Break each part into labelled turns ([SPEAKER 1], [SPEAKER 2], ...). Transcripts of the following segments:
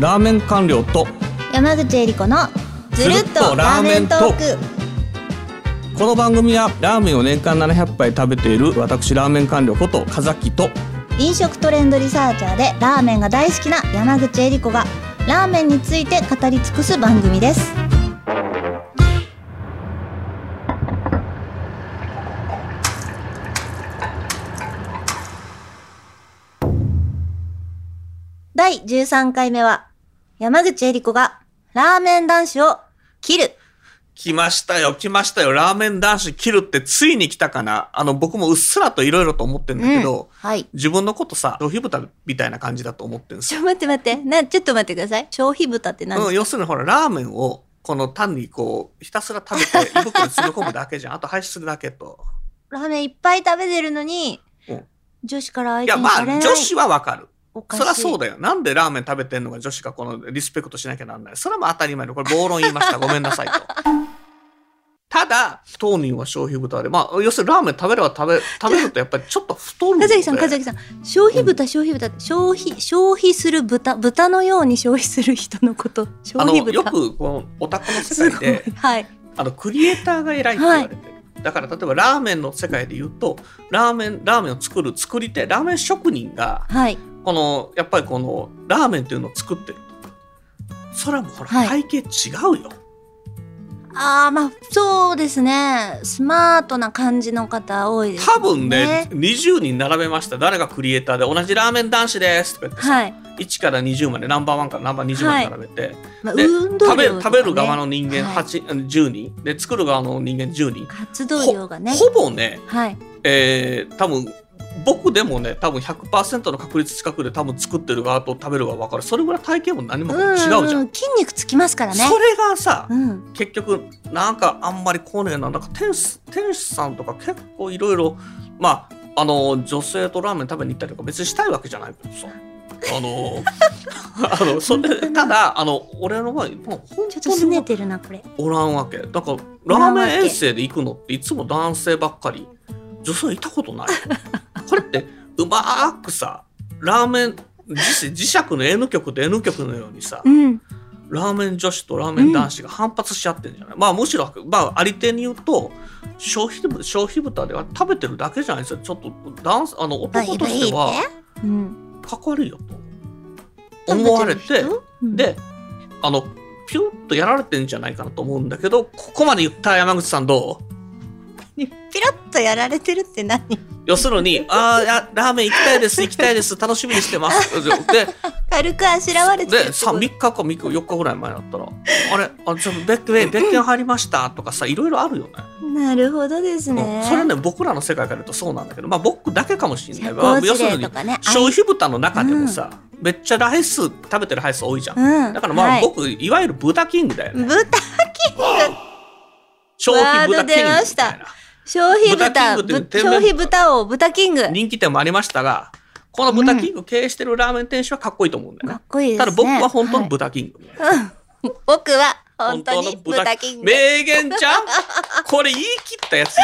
[SPEAKER 1] ラーメン官僚と
[SPEAKER 2] 山口恵理子のずるっとラーメントーク
[SPEAKER 1] この番組はラーメンを年間700杯食べている私ラーメン官僚こと風木と
[SPEAKER 2] 飲食トレンドリサーチャーでラーメンが大好きな山口恵理子がラーメンについて語り尽くす番組です第13回目は山口恵理子がラーメン男子を切る
[SPEAKER 1] 来ましたよ来ましたよラーメン男子切るってついに来たかなあの僕もうっすらといろいろと思ってんだけど、
[SPEAKER 2] はい
[SPEAKER 1] 自分のことさ消費豚みたいな感じだと思ってるんです
[SPEAKER 2] ち
[SPEAKER 1] よ、
[SPEAKER 2] ょ待って待ってなちょっと待ってください消費豚って何ですか
[SPEAKER 1] うん、要するにほらラーメンをこの単にこうひたすら食べて胃袋に詰め込むだけじゃんあと排出するだけと
[SPEAKER 2] ラーメンいっぱい食べてるのに
[SPEAKER 1] うん、
[SPEAKER 2] 女子から
[SPEAKER 1] い
[SPEAKER 2] 相
[SPEAKER 1] や
[SPEAKER 2] 手に
[SPEAKER 1] ま
[SPEAKER 2] されない。
[SPEAKER 1] あ女子はわかる
[SPEAKER 2] おかしい。
[SPEAKER 1] そりゃそうだよなんでラーメン食べてんのが女子がこのリスペクトしなきゃなんないそれはもう当たり前でこれ暴論言いましたごめんなさいと ただ当人は消費豚でまあ要するにラーメン食べれば食べ食べるとやっぱりちょっと太るの
[SPEAKER 2] 和
[SPEAKER 1] で
[SPEAKER 2] 崎さん、和崎さん、消費豚、消費豚って、消費、消費する豚、豚のように消費する人のこと、消
[SPEAKER 1] あの
[SPEAKER 2] 費豚。
[SPEAKER 1] よくこのオタクの世
[SPEAKER 2] す
[SPEAKER 1] 界
[SPEAKER 2] ご
[SPEAKER 1] で
[SPEAKER 2] い。はい。
[SPEAKER 1] あのクリエイターが偉いって言われてる、だから例えばラーメンの世界で言うとラーメンラーメンを作る作り手ラーメン職人が
[SPEAKER 2] はい。
[SPEAKER 1] このやっぱりこのラーメンっていうのを作ってるそれはもうほら、
[SPEAKER 2] は
[SPEAKER 1] 体型違うよ
[SPEAKER 2] ああ、まあ、そうですね。スマートな感じの方多いです、ね。
[SPEAKER 1] 多分ね。20人並べました誰がクリエイターで同じラーメン男子ですとか言ってさ、
[SPEAKER 2] はい。
[SPEAKER 1] 1から20までナンバーワンからナンバー20まで並べて、
[SPEAKER 2] まあ、
[SPEAKER 1] で
[SPEAKER 2] 運
[SPEAKER 1] 食
[SPEAKER 2] 動量
[SPEAKER 1] べ
[SPEAKER 2] とかね
[SPEAKER 1] 食べる側の人間
[SPEAKER 2] はい
[SPEAKER 1] 8 10人で作る側の人間10人
[SPEAKER 2] 活動量がね。
[SPEAKER 1] ほぼね
[SPEAKER 2] はい。
[SPEAKER 1] えー、多分僕でもね多分100%の確率近くで多分作ってる側と食べる側分かるそれぐらい体型も何も違うじゃん、
[SPEAKER 2] んん。筋肉つきますからね。
[SPEAKER 1] それがさ、
[SPEAKER 2] うん。
[SPEAKER 1] 結局なんかあんまり来ねえななんか天使天使さんとか結構いろいろまああの女性とラーメン食べに行ったりとか別にしたいわけじゃないけどさあのあのそれただあの俺の場合もう本
[SPEAKER 2] ちょっと
[SPEAKER 1] 当
[SPEAKER 2] 拗ね
[SPEAKER 1] に
[SPEAKER 2] てるな、これ。
[SPEAKER 1] おらんわけだからラー
[SPEAKER 2] おらんわけ
[SPEAKER 1] メン遠征で行くのっていつも男性ばっかり女性いたことないこれってうまーくさラーメン磁磁石の N 極と N 極のようにさ
[SPEAKER 2] うん。
[SPEAKER 1] ラーメン女子とラーメン男子が反発し合ってんじゃない、まあむしろ、まあ、あり手に言うと消費部消費豚では食べてるだけじゃないですよちょっと男あの男としては
[SPEAKER 2] うん、
[SPEAKER 1] かっこ悪いよと思われて、
[SPEAKER 2] うん、
[SPEAKER 1] であのピュッとやられてんじゃないかなと思うんだけどここまで言った山口さんどう
[SPEAKER 2] ピラッとやられてるって何
[SPEAKER 1] 要するに「あーあラーメン行きたいです行きたいです楽しみにしてます」で
[SPEAKER 2] 軽くあしらわれて
[SPEAKER 1] で
[SPEAKER 2] る
[SPEAKER 1] さ3日か3日4日ぐらい前だったら「あれあちょっと別件別件入りました」とかさいろいろあるよね。
[SPEAKER 2] なるほどです
[SPEAKER 1] う
[SPEAKER 2] ね
[SPEAKER 1] んそれね僕らの世界から言うとそうなんだけどまあ僕だけかもしれない
[SPEAKER 2] 社
[SPEAKER 1] まあ要
[SPEAKER 2] 交
[SPEAKER 1] する
[SPEAKER 2] 辞令
[SPEAKER 1] に
[SPEAKER 2] とかね
[SPEAKER 1] 消費豚の中でもさ、めっちゃライス食べてるライス多いじゃん、
[SPEAKER 2] うん
[SPEAKER 1] だからまあ、
[SPEAKER 2] はい
[SPEAKER 1] 僕いわゆる豚キングだよね消費豚キングみ
[SPEAKER 2] 豚ワード出ましたた
[SPEAKER 1] いな
[SPEAKER 2] 消費
[SPEAKER 1] 豚
[SPEAKER 2] 豚
[SPEAKER 1] キングって
[SPEAKER 2] ぶ消費豚王豚キングか
[SPEAKER 1] 人気店もありましたがこの豚キングを経営してるラーメン店主はかっこいいと思うんだよね
[SPEAKER 2] っ、こいいですね
[SPEAKER 1] ただ僕は本当の豚キング、
[SPEAKER 2] はいうん僕は本当に
[SPEAKER 1] の
[SPEAKER 2] 豚キング
[SPEAKER 1] 名言ちゃんこれ言い切ったやつい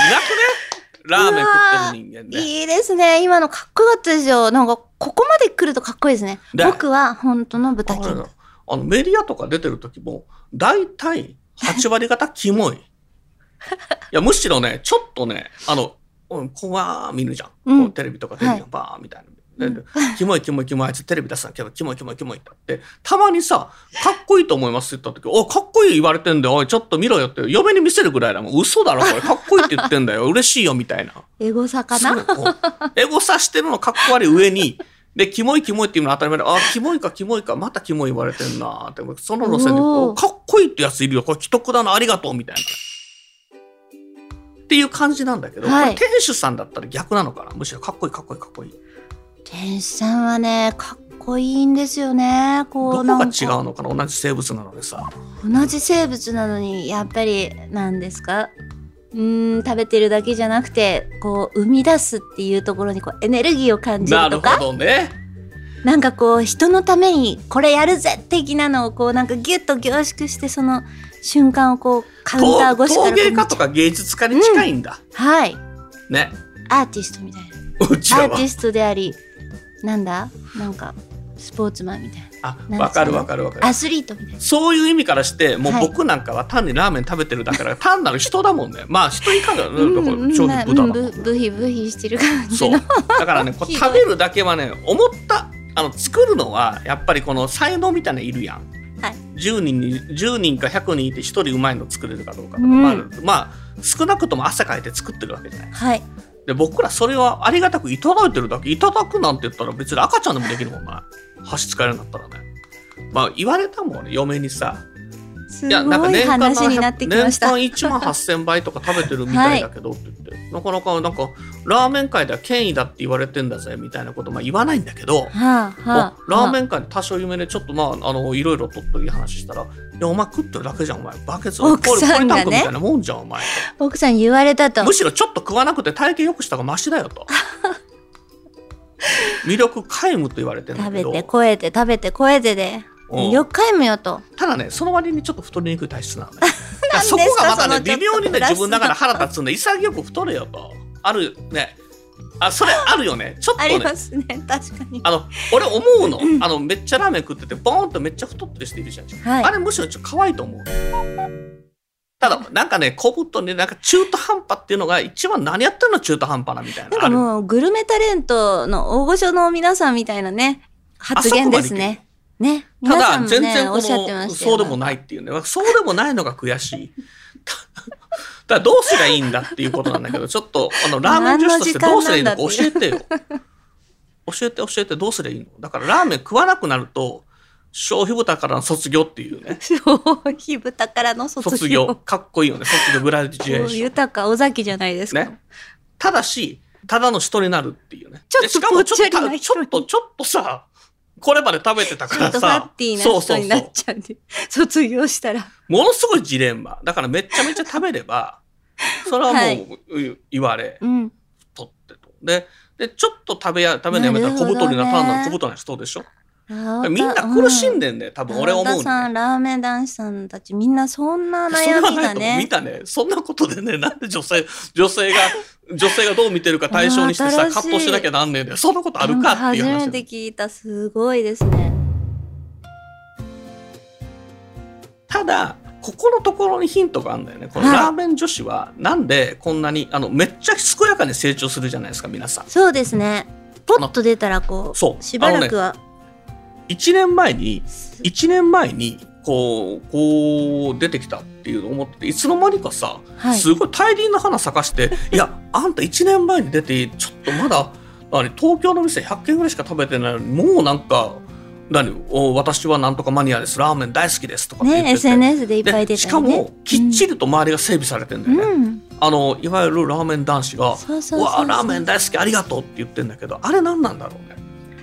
[SPEAKER 1] な くねラーメン食ってる人間ね
[SPEAKER 2] いいですね今のかっこよかったですよなんかここまで来るとかっこいいですね
[SPEAKER 1] だ
[SPEAKER 2] 僕は本当の豚キン
[SPEAKER 1] あ
[SPEAKER 2] グ
[SPEAKER 1] れだあのメディアとか出てる時も大体8割方キ モいいやむしろねちょっとねあのうんこわー見るじゃん、
[SPEAKER 2] うん
[SPEAKER 1] こうテレビとかテレビのバーみたいな、でキモいキモいキモいあいつテレビ出さなきゃキモいキモいキモいって言ってたまにさ「かっこいいと思います」って言った時「おかっこいい言われてんだよおいちょっと見ろよ」って嫁に見せるぐらいだもん嘘だろこれかっこいいって言ってんだよ嬉しいよみたいな。
[SPEAKER 2] エゴサかな
[SPEAKER 1] そうこうエゴサしてるのかっこ悪い上に、で、キモいキモいっていうのは当たり前で、あ、キモいかキモいか、またキモい言われてんなーって思って、その路線で、
[SPEAKER 2] おー
[SPEAKER 1] おかっこいいってやついるよ、これ既得だな、ありがとう、みたいな。っていう感じなんだけど、
[SPEAKER 2] はい
[SPEAKER 1] これ店主さんだったら逆なのかなむしろかっこいいかっこいいかっこいい。
[SPEAKER 2] 天使さんはねかっこいいんですよねこう
[SPEAKER 1] どこ
[SPEAKER 2] な
[SPEAKER 1] が
[SPEAKER 2] んか
[SPEAKER 1] 違うのかな同じ生物なのでさ。
[SPEAKER 2] 同じ生物なのにやっぱりなんですかうーん食べてるだけじゃなくてこう生み出すっていうところにこうエネルギーを感じ
[SPEAKER 1] なる
[SPEAKER 2] るとか
[SPEAKER 1] ほど
[SPEAKER 2] な
[SPEAKER 1] ね。
[SPEAKER 2] んかこう人のためにこれやるぜ的なのをこうなんかギュッと凝縮してその瞬間をこうカウンター
[SPEAKER 1] 陶
[SPEAKER 2] 越しから
[SPEAKER 1] 陶芸家
[SPEAKER 2] こと
[SPEAKER 1] か芸術家に近いんだ。
[SPEAKER 2] うはい
[SPEAKER 1] ね。
[SPEAKER 2] アーティストみたいな
[SPEAKER 1] うちら
[SPEAKER 2] アー
[SPEAKER 1] は
[SPEAKER 2] ティ。ストでありなんだなんかスポーツマンみたい
[SPEAKER 1] あ
[SPEAKER 2] な
[SPEAKER 1] わかるわかるわか
[SPEAKER 2] な
[SPEAKER 1] る
[SPEAKER 2] アスリートみたいな
[SPEAKER 1] そういう意味からしてもう
[SPEAKER 2] はい
[SPEAKER 1] 僕なんかは単にラーメン食べてるだから、 単なる人だもんねまあ人以下だよねだから
[SPEAKER 2] うん
[SPEAKER 1] 超
[SPEAKER 2] まあ
[SPEAKER 1] 豚だもん、
[SPEAKER 2] うんぶブヒブヒしてる感じ
[SPEAKER 1] そう
[SPEAKER 2] の
[SPEAKER 1] だからねこう
[SPEAKER 2] ひどい
[SPEAKER 1] 食べるだけはね思ったあの作るのはやっぱりこの才能みたいなのいるやん、
[SPEAKER 2] はい
[SPEAKER 1] 10人に10人か100人いて1人うまいの作れるかどうかとか、
[SPEAKER 2] うん
[SPEAKER 1] まあ、まあ少なくとも汗かいて作ってるわけじゃない
[SPEAKER 2] はい
[SPEAKER 1] で僕らそれはありがたくいただいてるだけいただくなんて言ったら別に赤ちゃんでもできるもんな箸使えるんだったらねまあ言われたもんね嫁にさ
[SPEAKER 2] す
[SPEAKER 1] いやなん
[SPEAKER 2] ご
[SPEAKER 1] か
[SPEAKER 2] い
[SPEAKER 1] 年間
[SPEAKER 2] 話になってきました
[SPEAKER 1] 年間1万8000倍とか食べてるみたいだけどって言って、なかなかなんかラーメン界では権威だって言われてんだぜみたいなことまあ言わないんだけど、
[SPEAKER 2] はあは
[SPEAKER 1] ま
[SPEAKER 2] あ
[SPEAKER 1] あラーメ
[SPEAKER 2] ン
[SPEAKER 1] ン界で多少有名でちょっとまああのいろいろとっといい話したら「いやお前食ってるだけじゃんお前バケツ
[SPEAKER 2] 奥
[SPEAKER 1] ポリ
[SPEAKER 2] さんが
[SPEAKER 1] ポリタン
[SPEAKER 2] ね
[SPEAKER 1] クみたいなもんじゃんお前」
[SPEAKER 2] 奥さんに言われたと
[SPEAKER 1] むしろちょっと食わなくて体型良くしたがマシだよ と魅力皆無と言われてんだ
[SPEAKER 2] 食
[SPEAKER 1] け
[SPEAKER 2] べ
[SPEAKER 1] ど
[SPEAKER 2] て超えて食べて超えてで
[SPEAKER 1] うん
[SPEAKER 2] よっかいむよと
[SPEAKER 1] ただねその割にちょっと太りにくい体質な のねいや
[SPEAKER 2] です
[SPEAKER 1] そ
[SPEAKER 2] か
[SPEAKER 1] こがまたね
[SPEAKER 2] そのちょ
[SPEAKER 1] 微
[SPEAKER 2] っと
[SPEAKER 1] 妙にね
[SPEAKER 2] プラス
[SPEAKER 1] 自分だから腹立つんで潔く太れよとあるねあそれあるよねちょっと
[SPEAKER 2] あり
[SPEAKER 1] ね
[SPEAKER 2] ますね確かに
[SPEAKER 1] あの俺思うのあのめっちゃラーメン食っててボーンとめっちゃ太ってる人いるじゃん、
[SPEAKER 2] はい
[SPEAKER 1] あれむしろちょっと可愛いと思うただなんかね小太りでなんか中途半端っていうのが一番何やってるの中途半端なみたいな
[SPEAKER 2] なんか
[SPEAKER 1] ある
[SPEAKER 2] もうグルメタレントの大御所の皆さんみたいなね発言ですね。ね、
[SPEAKER 1] た
[SPEAKER 2] 皆さ
[SPEAKER 1] だ、
[SPEAKER 2] んも
[SPEAKER 1] 全
[SPEAKER 2] ね
[SPEAKER 1] 然
[SPEAKER 2] お
[SPEAKER 1] こ
[SPEAKER 2] っしゃってま
[SPEAKER 1] の
[SPEAKER 2] したよ
[SPEAKER 1] そうでもないっていうねそうでもないのが悔しい。 ただどうすりゃいいんだっていうことなんだけどちょっとあのラーメン女子としてどうすりゃいいのか教えてよ教えて教えてどうすりゃいいのだからラーメン食わなくなると消費豚からの卒業っていう ね
[SPEAKER 2] 消費豚からの卒業
[SPEAKER 1] 卒業かっこいいよね卒業グラディエーション
[SPEAKER 2] 豊か尾崎じゃないですか、
[SPEAKER 1] ねただしただの人になるっていうね
[SPEAKER 2] ちょっ
[SPEAKER 1] で
[SPEAKER 2] と
[SPEAKER 1] しかもちょっ
[SPEAKER 2] ぽっちゃり
[SPEAKER 1] と
[SPEAKER 2] な
[SPEAKER 1] ち
[SPEAKER 2] 人
[SPEAKER 1] ょっ
[SPEAKER 2] に
[SPEAKER 1] とちょっとさこれまで食べてたか
[SPEAKER 2] ちょ
[SPEAKER 1] ら
[SPEAKER 2] っと
[SPEAKER 1] さ
[SPEAKER 2] ファッティーな
[SPEAKER 1] そうそうそ
[SPEAKER 2] 人
[SPEAKER 1] う
[SPEAKER 2] になっちゃうんで卒業したら
[SPEAKER 1] ものすごいジレンマ。だからめっちゃめちゃ食べれ ば、それはもう、
[SPEAKER 2] は
[SPEAKER 1] う言われ、
[SPEAKER 2] うん
[SPEAKER 1] とってと。で、で、ちょっと食べや、食べるのやめたら
[SPEAKER 2] な
[SPEAKER 1] 小
[SPEAKER 2] るほどね
[SPEAKER 1] 太りな単なる小太りな人でしょ
[SPEAKER 2] み
[SPEAKER 1] みんな苦しんでんね、多分俺思う
[SPEAKER 2] さ
[SPEAKER 1] ね。
[SPEAKER 2] んラーメン男子さんたちみんなそんな
[SPEAKER 1] それ
[SPEAKER 2] 悩
[SPEAKER 1] は
[SPEAKER 2] み
[SPEAKER 1] な
[SPEAKER 2] が
[SPEAKER 1] いと思う見
[SPEAKER 2] ね
[SPEAKER 1] たね。そんなことでね、なんで女性、 女性が、女性がどう見てるか対象にしてさ、
[SPEAKER 2] 新しい
[SPEAKER 1] 葛藤しなきゃなんねえんだよ。そんなことある
[SPEAKER 2] なん
[SPEAKER 1] かっていう
[SPEAKER 2] 初
[SPEAKER 1] 話
[SPEAKER 2] め。て聞いたすごいですね
[SPEAKER 1] ただここのところにヒントがあるんだよね。この
[SPEAKER 2] はい
[SPEAKER 1] ラーメン女子はなんでこんなにあのめっちゃ健やかに成長するじゃないですか皆さん。
[SPEAKER 2] そうですねポッと出たらこう
[SPEAKER 1] そう
[SPEAKER 2] しばらくは、
[SPEAKER 1] 1年前に1年前にこうこう出てきたっていうのを思ってていつの間にかさ、
[SPEAKER 2] はい
[SPEAKER 1] すごい大輪の花咲かしてい やあんた1年前に出てちょっとまだあれ東京の店100軒ぐらいしか食べてないのにもうなんか何お私はなんとかマニアですラーメン大好きですとかって言って
[SPEAKER 2] ね
[SPEAKER 1] て
[SPEAKER 2] SNS でいっぱ
[SPEAKER 1] で
[SPEAKER 2] い出たりね
[SPEAKER 1] しかもきっちりと周りが整備されてんだよね、
[SPEAKER 2] うん
[SPEAKER 1] あのいわゆるラーメン男子が「
[SPEAKER 2] そうそうそう
[SPEAKER 1] う
[SPEAKER 2] そう
[SPEAKER 1] わラーメン大好きありがとう」って言ってんだけどあれ何なんだろうね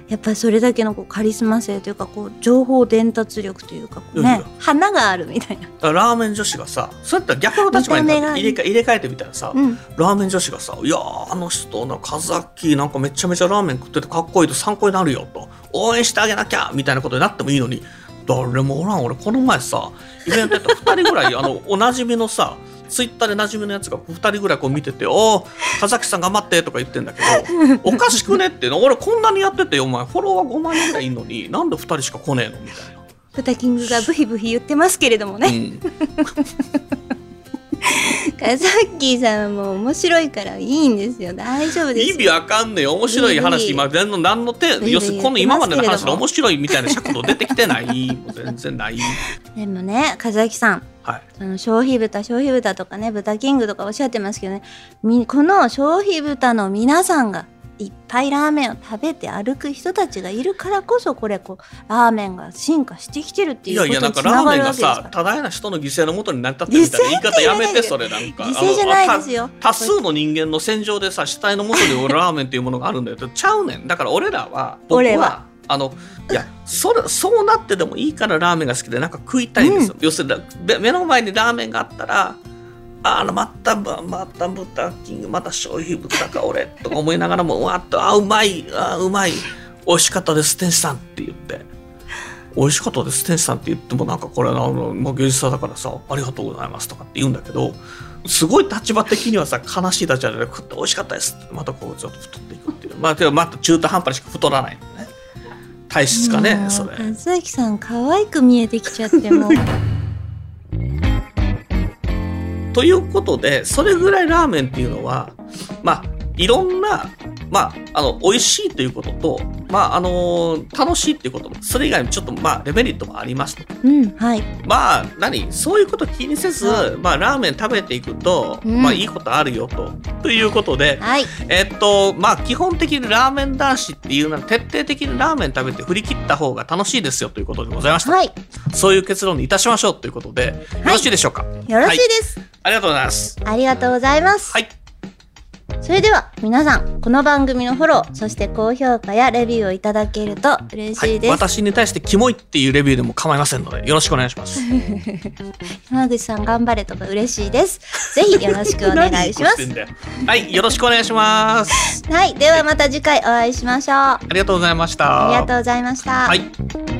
[SPEAKER 2] やっぱりそれだけのこうカリスマ性というかこう情報伝達力というかこう
[SPEAKER 1] いやい
[SPEAKER 2] ね
[SPEAKER 1] や
[SPEAKER 2] 花があるみたいな、
[SPEAKER 1] だからラーメン女子がさそうやったら逆の立場になっ
[SPEAKER 2] 見た目が
[SPEAKER 1] て入れか入れ替えてみたらさ、
[SPEAKER 2] うん、
[SPEAKER 1] ラーメン女子がさ「いやーあの人なカズアッキーなんかめちゃめちゃラーメン食っててかっこいいと参考になるよ」と「応援してあげなきゃ」みたいなことになってもいいのに誰もおらん俺この前さイベントやったら2人ぐらい あのおなじみのさツイッターでなじみのやつが2人ぐらいこう見てて「おーカズアッキーさん頑張って」とか言ってんだけど「おかしくね」っていうの俺こんなにやっててお前フォロワー5万人ぐらいいんのになんで2人しか来ねえのみたいな。
[SPEAKER 2] ブタキングがブヒブヒ言ってますけれども
[SPEAKER 1] う
[SPEAKER 2] ね、
[SPEAKER 1] ん
[SPEAKER 2] カザッキーさんも面白いからいいんですよ大丈夫です
[SPEAKER 1] 意味わかんねえ面白い話
[SPEAKER 2] いい
[SPEAKER 1] 今全然何の手
[SPEAKER 2] いい
[SPEAKER 1] 要するにこの
[SPEAKER 2] いい言
[SPEAKER 1] 今
[SPEAKER 2] って
[SPEAKER 1] ますで
[SPEAKER 2] まけ
[SPEAKER 1] の
[SPEAKER 2] れども
[SPEAKER 1] 話で面白いみたいな尺度出てきてないもう全然ない
[SPEAKER 2] でもねカザキさん
[SPEAKER 1] はい
[SPEAKER 2] その消費豚消費豚とかね豚キングとかおっしゃってますけどねみこの消費豚の皆さんがいっぱいラーメンを食べて歩く人たちがいるからこそこれこうラーメンが進化してきてるって
[SPEAKER 1] い
[SPEAKER 2] いう
[SPEAKER 1] や
[SPEAKER 2] こ
[SPEAKER 1] いや
[SPEAKER 2] と
[SPEAKER 1] なん
[SPEAKER 2] に
[SPEAKER 1] か
[SPEAKER 2] つ
[SPEAKER 1] ラ
[SPEAKER 2] な
[SPEAKER 1] ー
[SPEAKER 2] が
[SPEAKER 1] メンが
[SPEAKER 2] るわけですか
[SPEAKER 1] さ
[SPEAKER 2] ら
[SPEAKER 1] 多大な人の犠牲のもとになりたってみたいな言い方やめてそれなんか
[SPEAKER 2] 犠牲じゃないですよ
[SPEAKER 1] あのた多数の人間の戦場でさ死体のもとに俺ラーメンっていうものがあるんだよってちゃうねんだから俺らは僕
[SPEAKER 2] 俺
[SPEAKER 1] は
[SPEAKER 2] は
[SPEAKER 1] あのいやそれそうなってでもいいからラーメンが好きでなんか食いたいんですよ、要するにべ目の前にラーメンがあったらあのまたぶまた豚キングまた消費豚か俺とか思いながらもうわっとあうまいあうまい美味しかったです天使さんって言って美味しかったです天使さんって言ってもなんかこれあの、まあ、芸術家だからさありがとうございますとかって言うんだけどすごい立場的にはさ悲しい立場で食って美味しかったですってまたこうちょっと太っていくっていうまあでもまた中途半端にしか太らないのね体質かね
[SPEAKER 2] もう
[SPEAKER 1] それ
[SPEAKER 2] 和崎さん可愛く見えてきちゃっ てもう
[SPEAKER 1] ということでそれぐらいラーメンっていうのはまあいろんなまああの美味しいということとまああの楽しいっていうこともそれ以外にちょっとまあデメリットもありますと
[SPEAKER 2] うんはい
[SPEAKER 1] まあ何そういうこと気にせず、
[SPEAKER 2] は
[SPEAKER 1] まあラーメン食べていくと、
[SPEAKER 2] うん
[SPEAKER 1] まあいいことあるよとということで
[SPEAKER 2] はい
[SPEAKER 1] えっとまあ基本的にラーメン男子っていうのは徹底的にラーメン食べて振り切った方が楽しいですよということでございました、
[SPEAKER 2] はい
[SPEAKER 1] そういう結論にいたしましょうということで、よろしいでしょうか
[SPEAKER 2] よろしいです、
[SPEAKER 1] ありがとうございます
[SPEAKER 2] ありがとうございます
[SPEAKER 1] はい
[SPEAKER 2] それでは皆さんこの番組のフォローそして高評価やレビューをいただけると嬉
[SPEAKER 1] は
[SPEAKER 2] しい
[SPEAKER 1] い、
[SPEAKER 2] です、
[SPEAKER 1] 私に対してキモいっていうレビューでも構いませんのでよろしくお願いします。
[SPEAKER 2] 山口さん頑張れとか嬉し いですぜひよろしくお願いし
[SPEAKER 1] 何言
[SPEAKER 2] ま
[SPEAKER 1] って
[SPEAKER 2] す
[SPEAKER 1] んだよはい、よろしくお願いします。
[SPEAKER 2] はいではまた次回お会いしましょうあ
[SPEAKER 1] ありがとうございました。
[SPEAKER 2] りがとうございました、
[SPEAKER 1] はい。